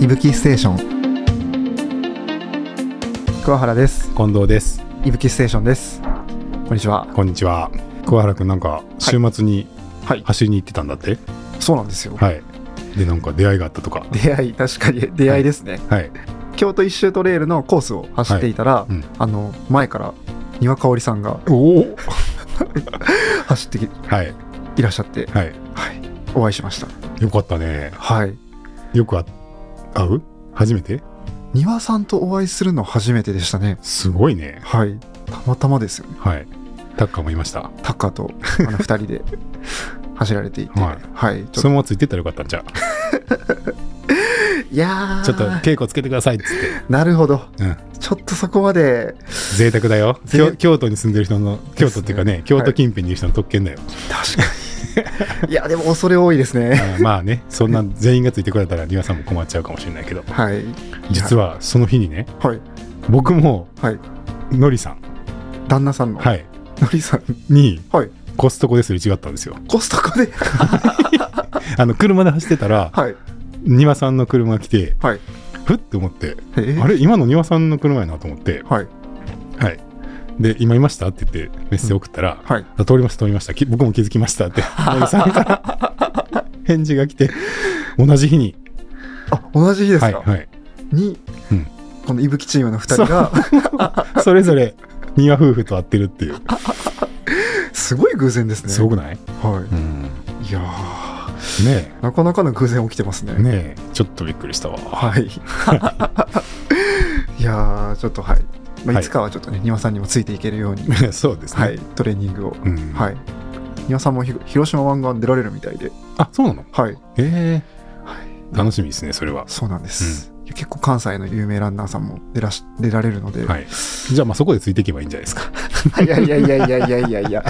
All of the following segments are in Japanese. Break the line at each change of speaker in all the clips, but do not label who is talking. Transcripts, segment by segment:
いぶきステーション桑原です
近藤です
いぶきステーションですこんにちは
こんにちは桑原くんなんか週末に
はい
走りに行ってたんだって
そうなんですよ、
はい、でなんか出会いがあったとか
出会い確かに出会いですね、
はい
京都一周トレイルのコースを走っていたら、
いうん
あの前から丹羽香織さんが
おお
走ってき
はい
いらっしゃって、
はい
はい、お会いしました
よかったね
はい
よくあ会う初めて
丹羽さんとお会いするの初めてでしたね
すごいね
はいたまたまですよね
はいタッカーもいました
タッカーとあ の二人で走られていて
はい
はい、ちょっ
そ
と
のままついてったらよかったんじゃう
いやー
ちょっと稽古つけてくださいっつっ
なるほど
て、うん、
ちょっとそこまで
贅沢だよ
ぜ
京京都に住んでる人の京都っていうか
で
ね
すね
京都近辺にいる人の特権だよ、
確かにいやでも恐れ多いですね
あーまあねそんな全員がついてくれたら丹羽さんも困っちゃうかもしれないけど
はい
実はその日にね
はい
僕も
はい
のりさん、
旦那さんの、
はい、
のりさん
に
はい
コストコですれ違ったんですよ
コストコで
あの車で走ってたら
はい
丹羽さんの車が来て
はい
ふって思って
えー
あれ今の丹羽さんの車やなと思って
はい
はいで今いましたって言ってメッセージ送ったら、
はい
あ通りました通りましたき僕も気づきましたって のりさんから返事が来て同じ日に
あ同じ日です
は
か、
いはい
に、
うん
このいぶきチームの2人が
それぞれ丹羽夫婦と会ってるっていう
すごい偶然ですね
すごくない、
は
うん、
い、いやー
ね
なかなかの偶然起きてますね
えねえちょっとびっくりしたわ
はい いやーちょっとはい、まあ、
はい
いつかはちょっとね丹羽、さんにもついていけるように
そうですね、
はいトレーニングを
うん
はい丹羽さんもひ広島湾岸出られるみたいで
あそうなの
はい
え
はい
え楽しみですねそれは
そうなんです、いや結構関西の有名ランナーさんも出らし出られるので、
はい、じゃあまあそこでついていけばいいんじゃないですか。
い、やいやいやいやいやいやいや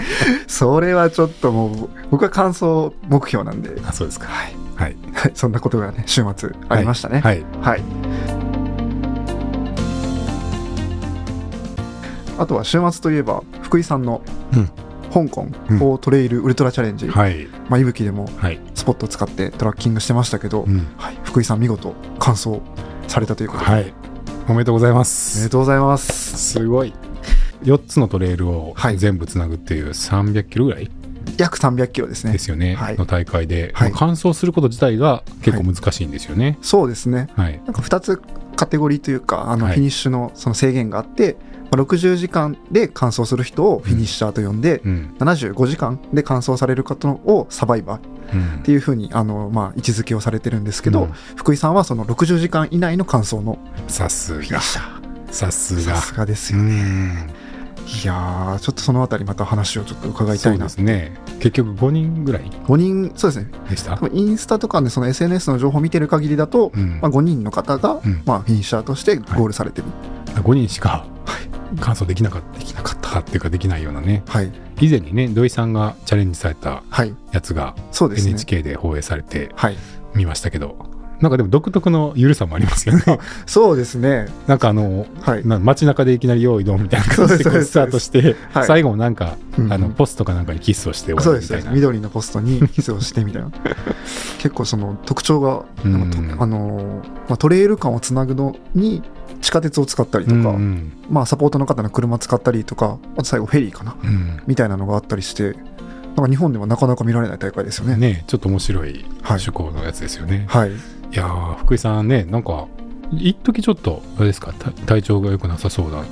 それはちょっともう僕は感想目標なんで、
あそうですか。
はい
はい。
はい、そんなことがね週末ありましたね
はい。
はい、あとは週末といえば福井さんの
うん
香港
うん
をトレイルウルトラチャレンジ、
はい。
まあ、いぶきでも
はい。
スポットを使ってトラッキングしてましたけど、
うん。
はい、福井さん見事完走されたということで、
はい。おめでとうございま。
おめですとうございます
すごい。4つのトレイルを
はい
全部つなぐっていう300キロぐらい
約300キロですね
ですよね、
はい
の大会で、
はい
まあ完走すること自体が結構難しいんですよね。
そうですね
はい。
なんか2つカテゴリーというかあの
は
フ
い
ィニッシュのその制限があって、まあ60時間で完走する人をフィニッシャーと呼んで、
うん。
75時間で完走される方をサバイバー
うん
っていうふうにあの、まあ、位置づけをされてるんですけど、
うん
福井さんはその60時間以内の完走の
さす
フィニッ
が。
シャー
さす
さ
が。
すがです
う
よ、
ん。
いやーちょっとそのあたりまた話をちょっと伺いた
そ
いうな
ですね。結局5人ぐらい
5人そうですね
でした
多。分インスタとかねその SNS の情報を見てる限りだと、
うん
まあ、5人の方が、
うん
まあ、フィニッシャーとしてゴールされてる、
5人しか 完走できなかった、できなかったっていうかできないようなね。
はい
以前にね土井さんがチャレンジされた
はい
やつが
そうですね
NHK で放映されて
はい
見ましたけど、なんかでも独特の緩さもありますよね
そうですね
なんかあの
はい
な街中でいきなり用意どんみたいな感じで
そう
こ
で
う
す
スタートして、
はい
最後もなんか、
うん
あのポストかなんかにキスをして終
そう
わ
で
る
す
みた
ね
いな
緑のポストにキスをしてみ たいな結構その特徴がなんかと
うん
あのー、まあ、トレイル間をつなぐのに地下鉄を使ったりとか、
うんうん
まあ、サポートの方の車使ったりとかあと最後フェリーかな
うん
みたいなのがあったりしてなんか日本ではなかなか見られない大会ですよね。
ねちょっと面白い
はい
趣向のやつですよね、
はい、
い、やー福井さんねなんか一時ちょっとあれですかた体調が良くなさそうな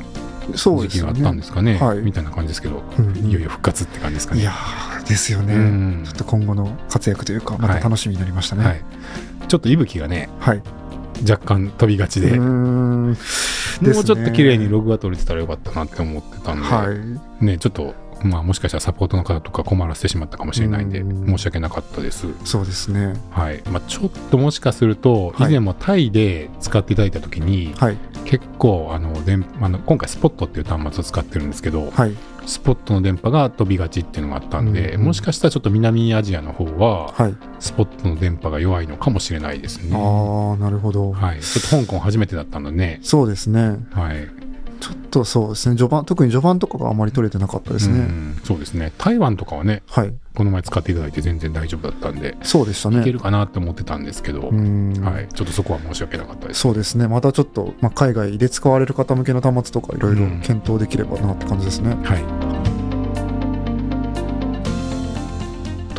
そう
時
で
期
す
があ
よ
っ
ね。
たんですかね
はい
みたいな感じですけど、
うん
いよいよ復活って感じですかね
いやーですよね、
うん
ちょっと今後の活躍というかまた楽しみになりましたね。は
はいい、ちょっと息吹がね若干飛びがちで
うーんもう
もうちょっと綺麗にログが取れてたらよかったなって思ってたんで、
はい
ねちょっと、まあ、もしかしたらサポートの方とか困らせてしまったかもしれないんで
うん
申し訳なかったです、
そうですね。
はいまあ、ちょっともしかすると以
はい
前もタイで使っていただいた時に、
はい
結構あの電あの今回スポットっていう端末を使ってるんですけど、
はい
スポットの電波が飛びがちっていうのがあったんで、
うんうん
もしかしたらちょっと南アジアの方は
はい。
スポットの電波が弱いのかもしれないですね。
ああなるほど。
はい、ちょっと香港初めてだったのでね、
そうですね。
はい、
ちょっとそうですね序盤特に序盤とかがあまり取れてなかったですね、
うんそうですね台湾とかはね
はい
この前使っていただいて全然大丈夫だったんで、
そうでしたね
いけるかなって思ってたんですけど、
うん、
はい、ちょっとそこは申し訳なかったです。
そうですねまたちょっと、まあ、海外で使われる方向けの端末とかいろいろ
うん
検討できればなって感じですね、
はい、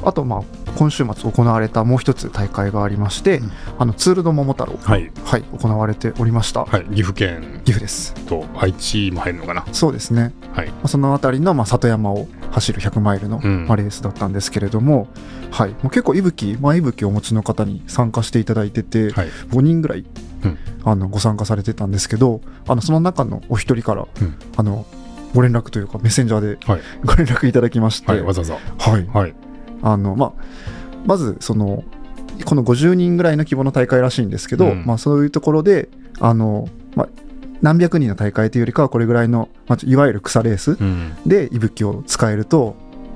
あとまあ今週末行われたもう一つ大会がありまして、
うん
あのツール・ド・桃太郎
はい、
はい行われておりました、
はい、岐阜県
岐阜です
と愛知も入るのかな。
そうですね
はい、
まあその辺りのまあ里山を走る100マイルの
うん
まあレースだったんですけれども,、はい、もう結構息吹、まあ、息吹をお持ちの方に参加していただいてて、
はい、
5人ぐらい、
うん
あのご参加されてたんですけどあのその中のお一人から、
うん
あのご連絡というかメッセンジャーで
はい、
ご連絡いただきまして、
はい、わざわざ。
はい
はい、
あのまあ、まずそのこの50人ぐらいの規模の大会らしいんですけど、
うん
まあ、そういうところであの、まあ、何百人の大会というよりかはこれぐらいの、まあ、ちょいわゆる草レース
うん、
で息吹を使えると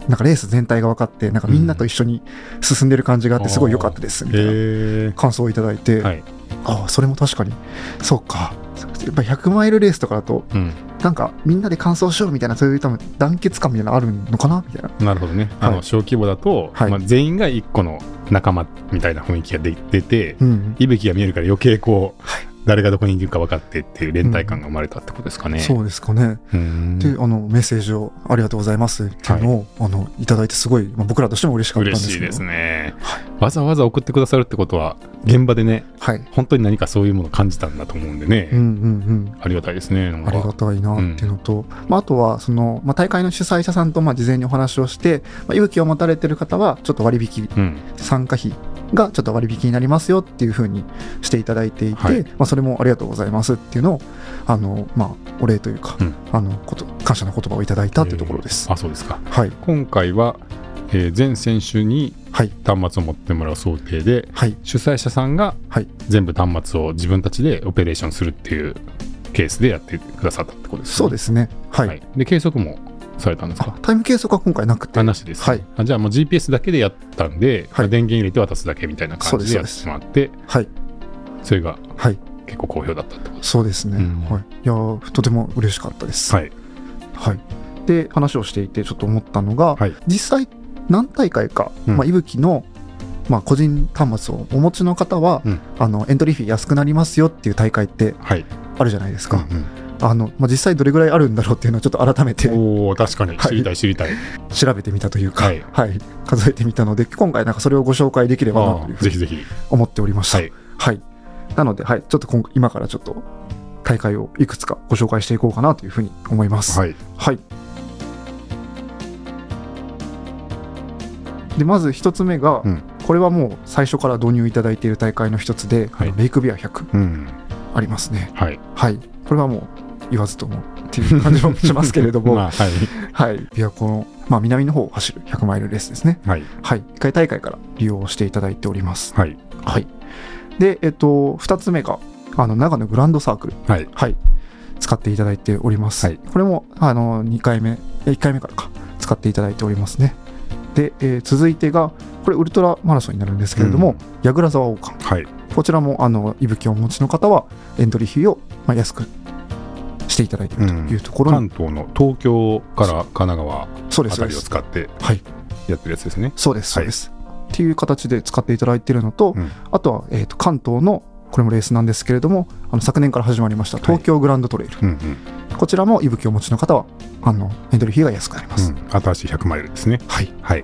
なんかレース全体が分かってなんかみんなと一緒に進んでる感じがあっ
うん
てすごい良かったですみたいな
え
感想をいただいて、
ー、はい、
ああそれも確かにそうかやっぱ100マイルレースとかだと
うん、
なんかみんなで完走しようみたいなそういう多分団結感みたいなのあるのかなみたいな
なるほどね。あ
は
の
い
小規模だと、
はい
まあ全員が一個の仲間みたいな雰囲気がで出て、
うん、
息吹が見えるから余計こう、誰がどこにいるか分かってっていう連帯感が生まれたってことですかね。
そうですかね
うん
であのメッセージをありがとうございますっていうのを、い、あのいただいてすごい、まあ、僕らとしても嬉しかったんで
嬉
すけど
しいですね、わざわざ送ってくださるってことは現場でね
はい
本当に何かそういうものを感じたんだと思うんでね、
うんうん
ありがたいですねなん
うん
か
ありがたいなっていうのと、まあ、あとはその、まあ、大会の主催者さんとまあ事前にお話をして、まあ、勇気を持たれてる方はちょっと割引
うん
参加費がちょっと割引になりますよっていうふうにしていただいていて、
はい
まあ、それもありがとうございますっていうのをあの、まあ、お礼というか、
うん
あのこと感謝の言葉をいただいたっていうところです。
あそうですか
はい、
今回は、えー全選手に
はい
端末を持ってもらう想定で
はい
主催者さんが
はい
全部端末を自分たちでオペレーションするっていうケースでやってくださったってことですね
そうですね、はい
はいで計測もされたんです
あ
か
タイム計測は今回なくて、
あなしです、
はい
あじゃあもう GPS だけでやったんで、
はい
電源入れて渡すだけみたいな感じでやってしまって
はい、
それが
はい、
結構好評だったってことです
そうですね、
うん
はい、いやーとても嬉しかったです。
はい、
はい、で話をしていてちょっと思ったのが、
はい
実際何大会か、
うん
まあ、いぶきの、まあ、個人端末をお持ちの方は、
うん
あのエントリーフィー安くなりますよっていう大会って
はい、
あるじゃないですか、
うん
あのまあ、実際どれぐらいあるんだろうっていうのをちょっと改めて
おお確かに
はい
知りたい知りたい、
調べてみたというか、
は
はいい数えてみたので今回なんかそれをご紹介できればな
あ
という
あ
ふう
ぜ
に
ひぜひ
思っておりました、
は
はいいなので、はい、ちょっと今今からちょっと大会をいくつかご紹介していこうかなというふうに思います。
はい
はい。でまず一つ目が、
うん
これはもう最初から導入いただいている大会の一つで、
はい
レイクビア100
うん
ありますね。
はい
はい。これはもう言わずともっていう感じもしますけれども、
まあはい
はい。琵琶湖の、まあ、南の方を走る100マイルレースですね。
はい
はい。1回大会から利用していただいております。
はい
はい。で、えっと、二つ目が、あの、長野グランドサークル。
はい
はい、使っていただいております。
はい
これもあの2回目、え1回目からか、使っていただいておりますね。で、えー続いてが、これ、ウルトラマラソンになるんですけれども、矢倉沢王冠、
はい
こちらもあの息吹をお持ちの方は、エントリー費を、まあ、安くしていただいているというところに、
関東の東京から神奈川
そう
あ
です、そ
た
うで
りを
す、
使って
はい
やってるやつですね
そうです、そ
はいう
です。っていう形で使っていただいているのと、
うん
あとは、えー、と関東のこれもレースなんですけれども、あの昨年から始まりました東京グランドトレイル、
うんうん、
こちらも息吹をお持ちの方は、あのエントリー費が安くなります。
うん、新しい100マイルですね
はい、
はい、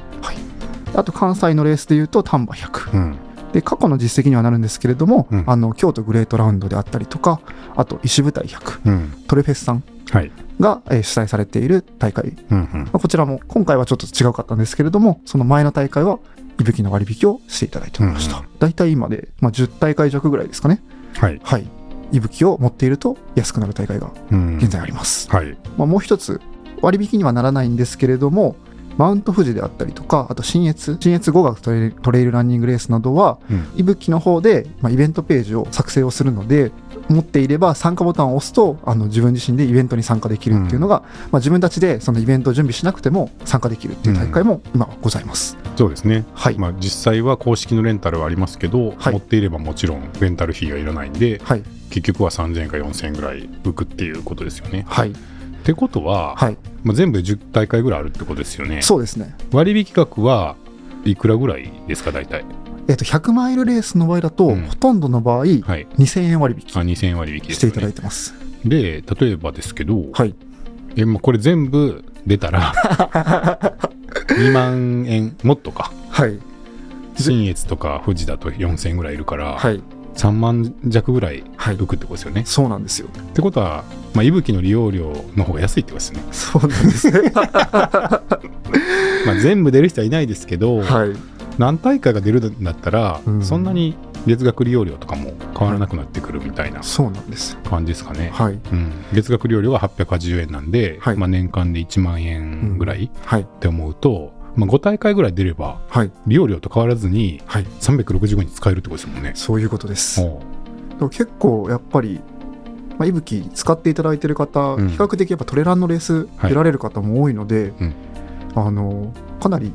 あと関西のレースでいうと丹波100
うん、
で過去の実績にはなるんですけれども、
うん
あの京都グレートラウンドであったりとかあと石舞台100
うん、
トレフェスさん
はい
が、えー主催されている大会、ま
うんうん
あこちらも今回はちょっと違うかったんですけれどもその前の大会は息吹の割引をしていただいておりました、
うん
大体今で、まあ、10大会弱ぐらいですかね
はい、
はい息吹を持っていると安くなる大会が
うん、
現在あります、
はい
まあ、もう一つ割引にはならないんですけれどもマウント富士であったりとかあと信越信越語学トレイルトレイルランニングレースなどは、
うん
いぶきの方で、まあ、イベントページを作成をするので持っていれば参加ボタンを押すとあの自分自身でイベントに参加できるっていうのが、まあ、自分たちでそのイベントを準備しなくても参加できるっていう大会も今はございます、
そうですね
はい、
まあ、実際は公式のレンタルはありますけど、
はい
持っていればもちろんレンタル費がいらないんで
はい
結局は3000円か4000円ぐらい浮くっていうことですよね。
はい、
ってことは、
はい、
まあ、全部で10大会ぐらいあるってことですよね。
そうですね、
割引額はいくらぐらいですか大体。
えっと100マイルレースの場合だと、
うん
ほとんどの場合、
はい、
2000円割
あ
引
2000円割引で
し
す
て
よ
いただ
ね
い。てます。
で例えばですけど、
はい、
えまあ、これ全部出 たら2万円もっとか
はい、
新越とか富士だと4000円ぐらいいるから、
はい、
3万弱ぐらい
はい
浮くってことですよね。
そうなんですよ。
ってことは、まあ、息吹の利用料の方が安いってことですね。
そうなんです ね。
まあ、全部出る人はいないですけど、
はい、
何大会が出るんだったら、
うん
そんなに月額利用料とかも変わらなくなってくるみたいな
そうなんです。
感じですかね。
はい、
うん、月額利用料が880円なんで、
はい
まあ、年間で1万円ぐらい
はい、
って思うと、まあ、5大会ぐらい出れば
はい、
利用料と変わらずに
はい、
365に使えるってことですもんね。
そういうことです。
おう
でも結構やっぱり、まあ、いぶき使っていただいてる方、
うん
比較的やっぱトレランのレース
はい
出られる方も多いので、
うん
あのかなり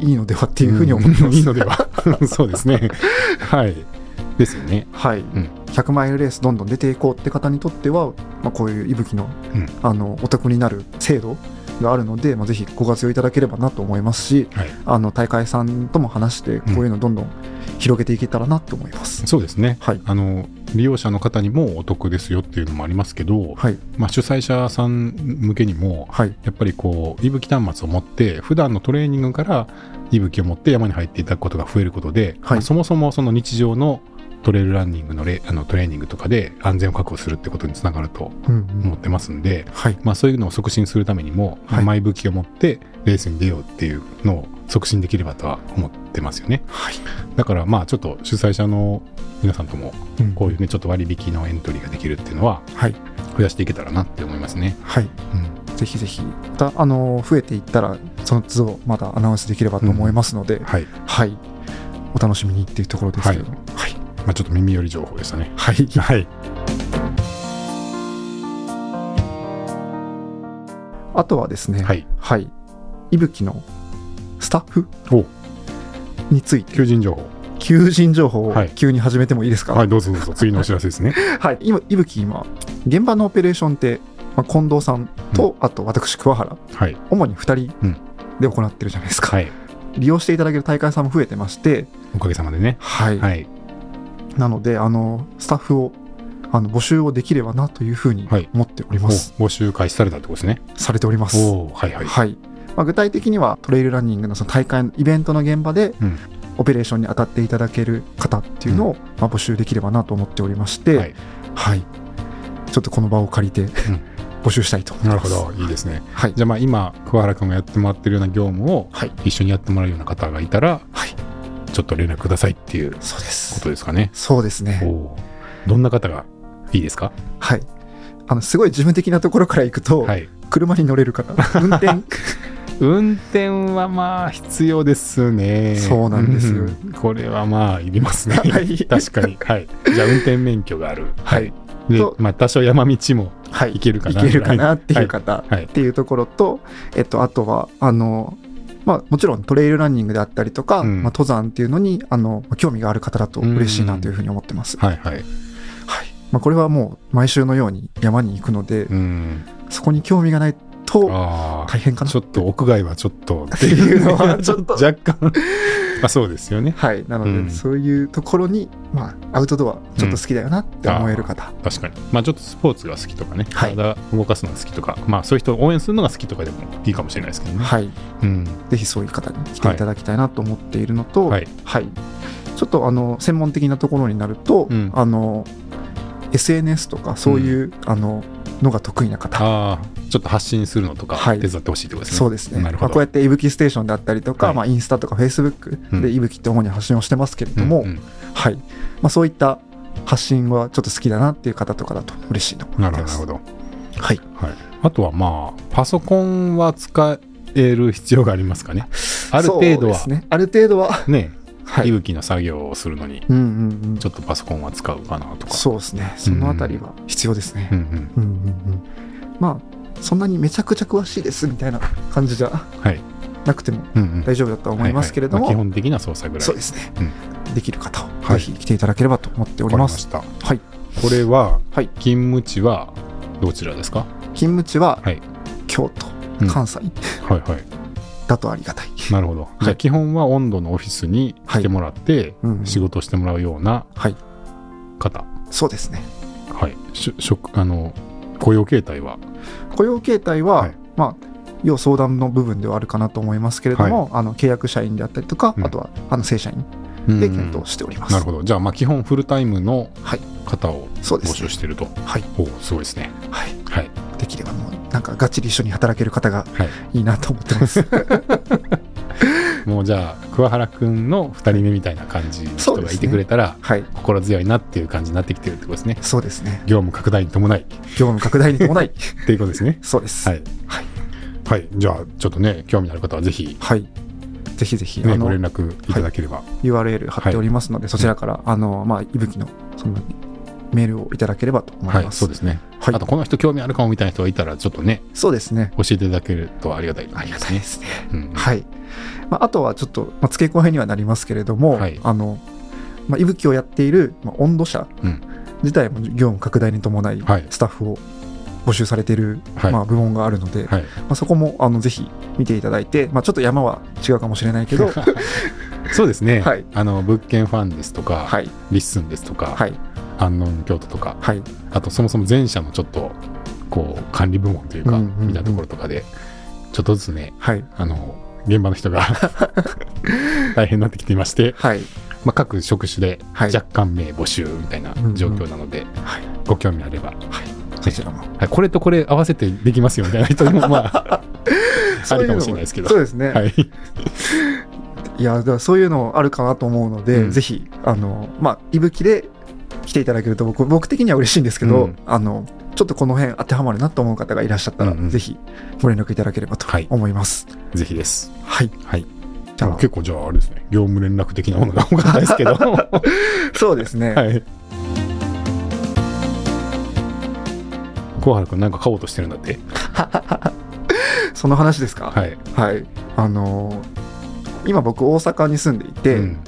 いいのではっていうふうに思ってます。
うんいいのでは そうですね。はいですよね。
はい
ん
100マイルレースどんどん出ていこうって方にとっては、まあ、こういういぶきの,、
うん
あのお得になる制度があるので、まあ、ぜひご活用いただければなと思いますし
はい、
あの大会さんとも話してこういうのどんどん広げていけたらなと思います。
そうですね
はい、
あの利用者の方にもお得ですよっていうのもありますけど、
はい、
まあ、主催者さん向けにも
はい、
やっぱりこういぶき端末を持って普段のトレーニングからいぶきを持って山に入っていただくことが増えることで、
はい
まあそもそもその日常のトレイルランニングのレあのトレーニングとかで安全を確保するってことにつながると
うんうん
思ってますんで、
はい、
まあ、そういうのを促進するためにも、
はい
マイ武器を持ってレースに出ようっていうのを促進できればとは思ってますよね
はい、
だからまあちょっと主催者の皆さんとも
うん
こういうねちょっと割引のエントリーができるっていうのは
はい、
増やしていけたらなって思いますね、
はい。ぜひぜひ、また、あの、増えていったら、その都度まだアナウンスできればと思いますので、
はい、
はい。お楽しみにっていうところですけど、
は
はいい。
まあ、ちょっと耳寄り情報でしたね
はい。
はい
あとはですね、
は
はい。
い
いぶきのスタッフ
お
について、
求人情報
求人情報を
はい
急に始めてもいいですか、
は
はい
いどうぞどうぞ次のお知らせですね
今、いぶき今、現場のオペレーションって、まあ、近藤さんと、あと私、桑原、
はい
主に2人
うん
で行ってるじゃないですか。
はい
利用していただける大会さんも増えてまして、
おかげさまでね
はい。
はい
なので、あの、スタッフを、あの、募集をできればなというふうに
はい
思っており
お
ます。
募集開始されたってことですね
されております。
おおはいはい
はい。まあ、具体的には、トレイルランニングのその大会のイベントの現場で、
うん
オペレーションに当たっていただける方っていうのを、まあ、募集できればなと思っておりまして、
は
はいい。ちょっとこの場を借りて、募集したいと思い
なる
ま
ほ
す。
どいいですね
はい。
じゃあまあ今桑原君がやってもらってるような業務を
はい。
一緒にやってもらうような方がいたら、
はい
ちょっと連絡くださいっていうこ
そうです。
とですかね。
そうですね。
おーどんな方がいいですか、
はい。あの、すごい事務的なところから行くと、
はい、
車に乗れる方、運転、
運転はまあ必要ですね。
そうなんですよ
んこれはまあいりますね。
はい
確かに。はい、じゃあ運転免許がある。
はい。
で
と、
まあ、多少山道も
はい
行けるかな。
いけるかなっていう方、
いはい
っていうところと、えっと、あとはあの、まあ、もちろんトレイルランニングであったりとか、
うん
まあ、登山っていうのにあのまあ興味がある方だと嬉しいなというふうに思ってます、
はいはい。
はいまあ、これはもう毎週のように山に行くので、
うん。
そこに興味がないと
ああ。
大変かな
ちょっと屋外はちょっとって
いうのは ちょっと
若干あそうですよね
はい、なので、
うん
そういうところに、まあ、アウトドアちょっと好きだよなって思える方、
確かにまあちょっとスポーツが好きとかね、
はい
体動かすのが好きとかまあそういう人を応援するのが好きとかでもいいかもしれないですけどね、
はい、
うん、
ぜひそういう方に来ていただきたいなと思っているのと、
はい
はいちょっとあの専門的なところになると、
うん
あの SNS とかそういう、あののが得意な方、
ああちょっと発信するのとか
はい
手伝ってほしいってことですね、
そうですね、
なる
ま
ほ
あ、こう
ど、
やっていぶきステーションであったりとか、
はい
まあ、インスタとかフェイスブッ
う
ク
ん
でいぶきって主に発信をしてますけれども、
うんうん
はいまあ、そういった発信はちょっと好きだなっていう方とかだと嬉しいと思い
な
ま
る
す
ほどなるほど、
はい、
はい、あとはまあパソコンは使える必要がありますかねある程
そう
度
で
は
すねある程度は、
ね
はいい、
ぶきの作業をするのに
うんうんうん
ちょっとパソコンは使うかなとか
そうですねそのあたりは必要ですね、
うんうん
うんうんうん、まあそんなにめちゃくちゃ詳しいですみたいな感じじゃ
はい
なくても
うんうん
大丈夫だとは思いますけれども、
はいはいまあ基本的な操作ぐらい
そうですね、できる方を
はい
ぜひ来ていただければと思っており
わかり
ま。
ますした
はい、
これは、
はい
勤務地はどちらですか
勤務地は
はい
京都、
うん
関西
はいはい
だとありがたい、
なるほど、じゃあ基本は温度のオフィスに来てもらって、
うん、
仕事してもらうような
はい
方
そうですね
はいし職あの雇用形態は
雇用形態は、
はい
まあ要相談の部分ではあるかなと思いますけれども、あの契約社員であったりとか、
うん
あとはあの正社員
うん
で検討しております。
なるほどじゃあまあ基本フルタイムの
はい
方を
そうで
募
す、
集
ね
してると、
はい
おおすごいですね
はい、
はい
できればもうなんかがっちり一緒に働ける方が
はい
いいなと思ってます。
もうじゃあ桑原くんの2人目みたいな感じの人
そうで
が
す
い
ね
てくれたら、
はい、
心強いなっていう感じになってきてるってことですね
そうですね。
業務拡大に伴い
業務拡大に伴い、
っていうことですね
そうです。
は
はい、
いはいじゃあちょっとね興味のある方はぜひ、
ぜひぜひ、
ね、
あ
ご
の
連絡いただければ
URL 貼っておりますので、そちらからあのまあいぶきのそのメールをいただければと思
はい
ま
い
す。
そうですね、
はい
あとこの人興味あるかもみたいな人がいたらちょっとね
そうですね。
教えていただけるとありがたい
あり
で
が
す
たい
ね
で。すね。
うん
はいまあ、あとはちょっと、まあ、付け加えにはなりますけれども、
はい
あのまあ、息吹をやっている、まあ、温度社
うん
自体も業務拡大に伴い
はい
スタッフを募集されている、
はい
まあ、部門があるので、
はい、
まあ、そこもあのぜひ見ていただいて、まあ、ちょっと山は違うかもしれないけ どは
そうですね、
はい
あの物件ファンですとか、
い
リッスンですとか、
はい
アンノン京都とか
はい
あとそもそも前者のちょっとこう管理部門というか、
うんうんうん
みたいなところとかでちょっとずつね
はい
あの現場の 人が大変になってきていまして、
はい
まあ、各職種で
はい
若干名募集みたいな状況なので、
はい
ご興味あれば、
そちらも
はい、これとこれ合わせてできますよみたいな人もまああ
そう
る
うの
かもしれないですけど
そうですね、、
はいい、
やだからそういうのあるかなと思うので、
うん
ぜひあのまあ息吹で来ていただけると僕僕的には嬉しいんですけど、
うん
あのちょっとこの辺当てはまるなと思う方がいらっしゃったら、
うんうん
ぜひご連絡いただければと
はい
思います
ぜひです。
はい、
はい
じゃあ
結構じゃああれですね業務連絡的なものが多かったですけどは
そうですね、
い小原君なんか買おうとしてるんだって
その話ですか
はい、
はい、あの今僕大阪に住んでいて、
うん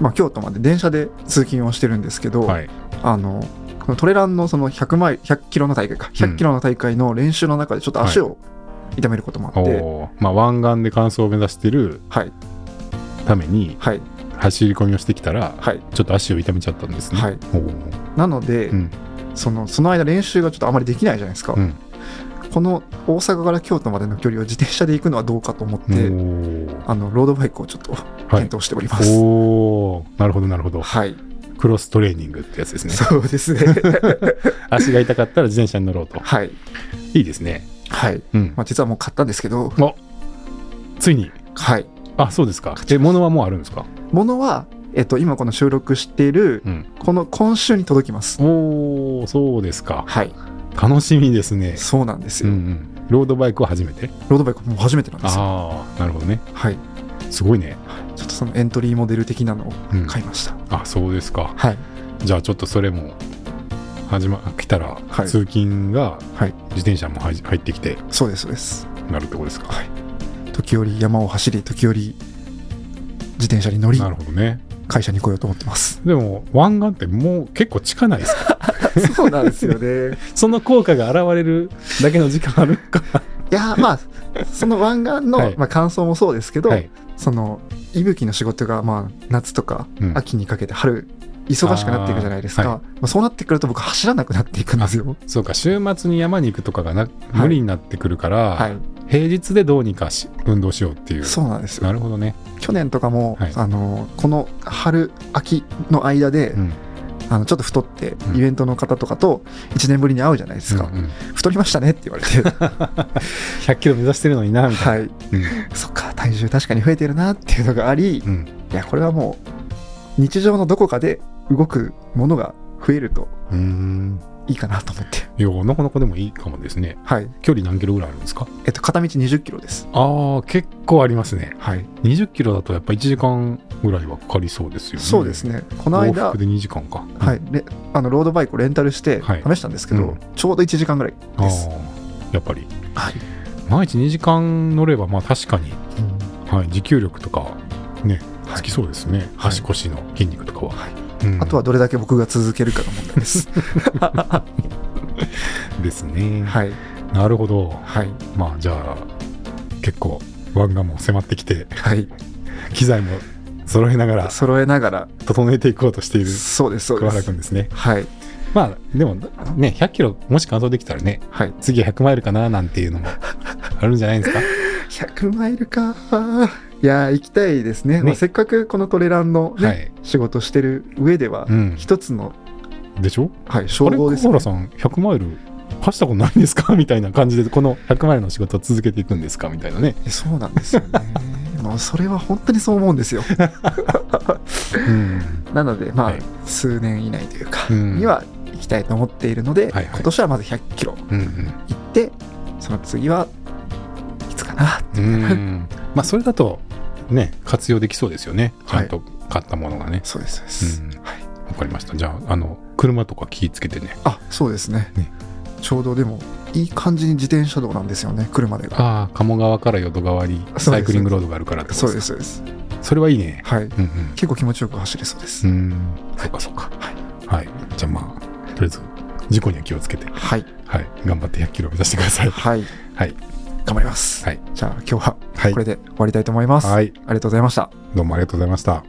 まあ、京都まで電車で通勤をしてるんですけど、
はい
あのこのトレランのその100マイル100キロの大会か100キロの大会の練習の中でちょっと足を痛めることもあ
お
って、
ーまあ湾岸で完走を目指してる
はい
ために
はい
走り込みをしてきたら
はい
ちょっと足を痛めちゃったんですね
はい
おー
なので、
うん
そのその間練習がちょっとあまりできないじゃないですか、
うん
この大阪から京都までの距離を自転車で行くのはどうかと思って、
おー
あのロードバイクをちょっと
はい
検討しております、はい
おーなるほどなるほどクロストレーニングってやつですね
そうです ね
足が痛かったら自転車に乗ろうと
はい、
いいですね
はい
うん
まあ、実はもう買ったんですけど、
おついに
はい、
あそうですかえ物はもうあるんですか
物は、えっと、今この収録している
うん
この今週に届きます、
おおそうですか
はい
楽しみですね
そうなんです
うん
よ、
うんロードバイクは初めて
ロードバイクもう初めてなんですよ
ああなるほどね
はい
すごいね、
ちょっとそのエントリーモデル的なのを
うん、
買いました、
あそうですか
はい
じゃあちょっとそれも始ま来たら、
はい
通勤が
はい
自転車も入入ってきて
そうですそうです
なるってことですか、
時折山を走り時折自転車に乗り
なるほどね
会社に来ようと思ってます
でも湾岸ってもう結構近ないですか
そうなんですよね
その効果が現れるだけの時間あるか
いやまあその湾岸の、
はい
まあ、感想もそうですけど、
はい
その息吹の仕事がまあ夏とか
うん
秋にかけて春忙しくなっていくじゃないですか、
あーは
まあ、そうなってくると僕走らなくなっていくんですよ
そうか週末に山に行くとかがな無理になってくるから、
はい
平日でどうにかし運動しようっていう
そうなんですよ
なるほどね、
去年とかも、
はい
あのこの春秋の間で、
うん、
あのちょっと太って
うん
イベントの方とかと1年ぶりに会うじゃないですか、
うんうん
太りましたねって言われ て
100キロ目指してるのになみたい
はい
な、
そっか体重確かに増えてるなっていうのがあり
うんうん
いやこれはもう日常のどこかで動くものが増えると
うーん
いいかなと思って
いやなかなかでもいいかもですね
はい
距離何キロぐらいあるんですか
えっと片道2 0キロです
ああ結構ありますね
はい
20キロだとやっぱ1時間ぐらいはかかりそうですよね
そうですねこ
こ
の
の
間
間往復で2時間か
はい、であのロードバイクをレンタルして
はい
試したんですけど、
うん
ちょうど1時間ぐらい
あ
です、
あやっぱり
はい
毎日2時間乗ればまあ確かに、
うん
はい、持久力とかねつきそうですね、
はい
足腰の筋肉とかは、
はい
うん
あとはどれだけ僕が続けるかの問題です。
ですね、
はい、
なるほど
はい、
まあじゃあ結構湾岸も迫ってきて
はい、
機材も揃えながら
揃えながら、
整えていこうとしている
そうです、そう
桑
で
原
す。
君ですね
はい、
まあでもね100キロもし完走できたらね
はい、
次は100マイルかななんていうのもあるんじゃないです か
100マイルか。いやー、行きたいですね。
ね
まあ、せっかくこのトレランの、ね
はい
仕事してる上では
う、ん
一つの、
でしょ
はい、
あ
称
れ
号で
桑
す、ね
原。さん100マイル走ったことないんですか みたいな感じでこの100マイルの仕事を続けていくんですかみたいなね、
そうなんですよね。 もうそれは本当にそう思うんですよ。
うん、
なので、まあ、
はい
数年以内というか、
うん
には行きたいと思っているので、
はいはい
今年はまず100キロ
うん
行って、その次はいつかな。
うんうん まあそれだとね活用できそうですよねちゃんと買ったものがね、
そうです、そうです。
うん
はい
わかりましたじゃああの車とか気ぃつけてね
あそうですね
ね
ちょうどでもいい感じに自転車道なんですよね車でが
ああ鴨川から淀川に
す
サイクリングロードがあるからってこと
そう
です
で
か
すそうです
それはいいね
はい
うんうん
結構気持ちよく走れそうです、
うんそうかそうかはい、じゃあまあとりあえず事故には気をつけて
はい
はい頑張って100キロ目指してください
はい
はい
頑張ります、
はい
じゃあ今日は
はい
これで終わりたいと思います、
はい
ありがとうございました
どうもありがとうございました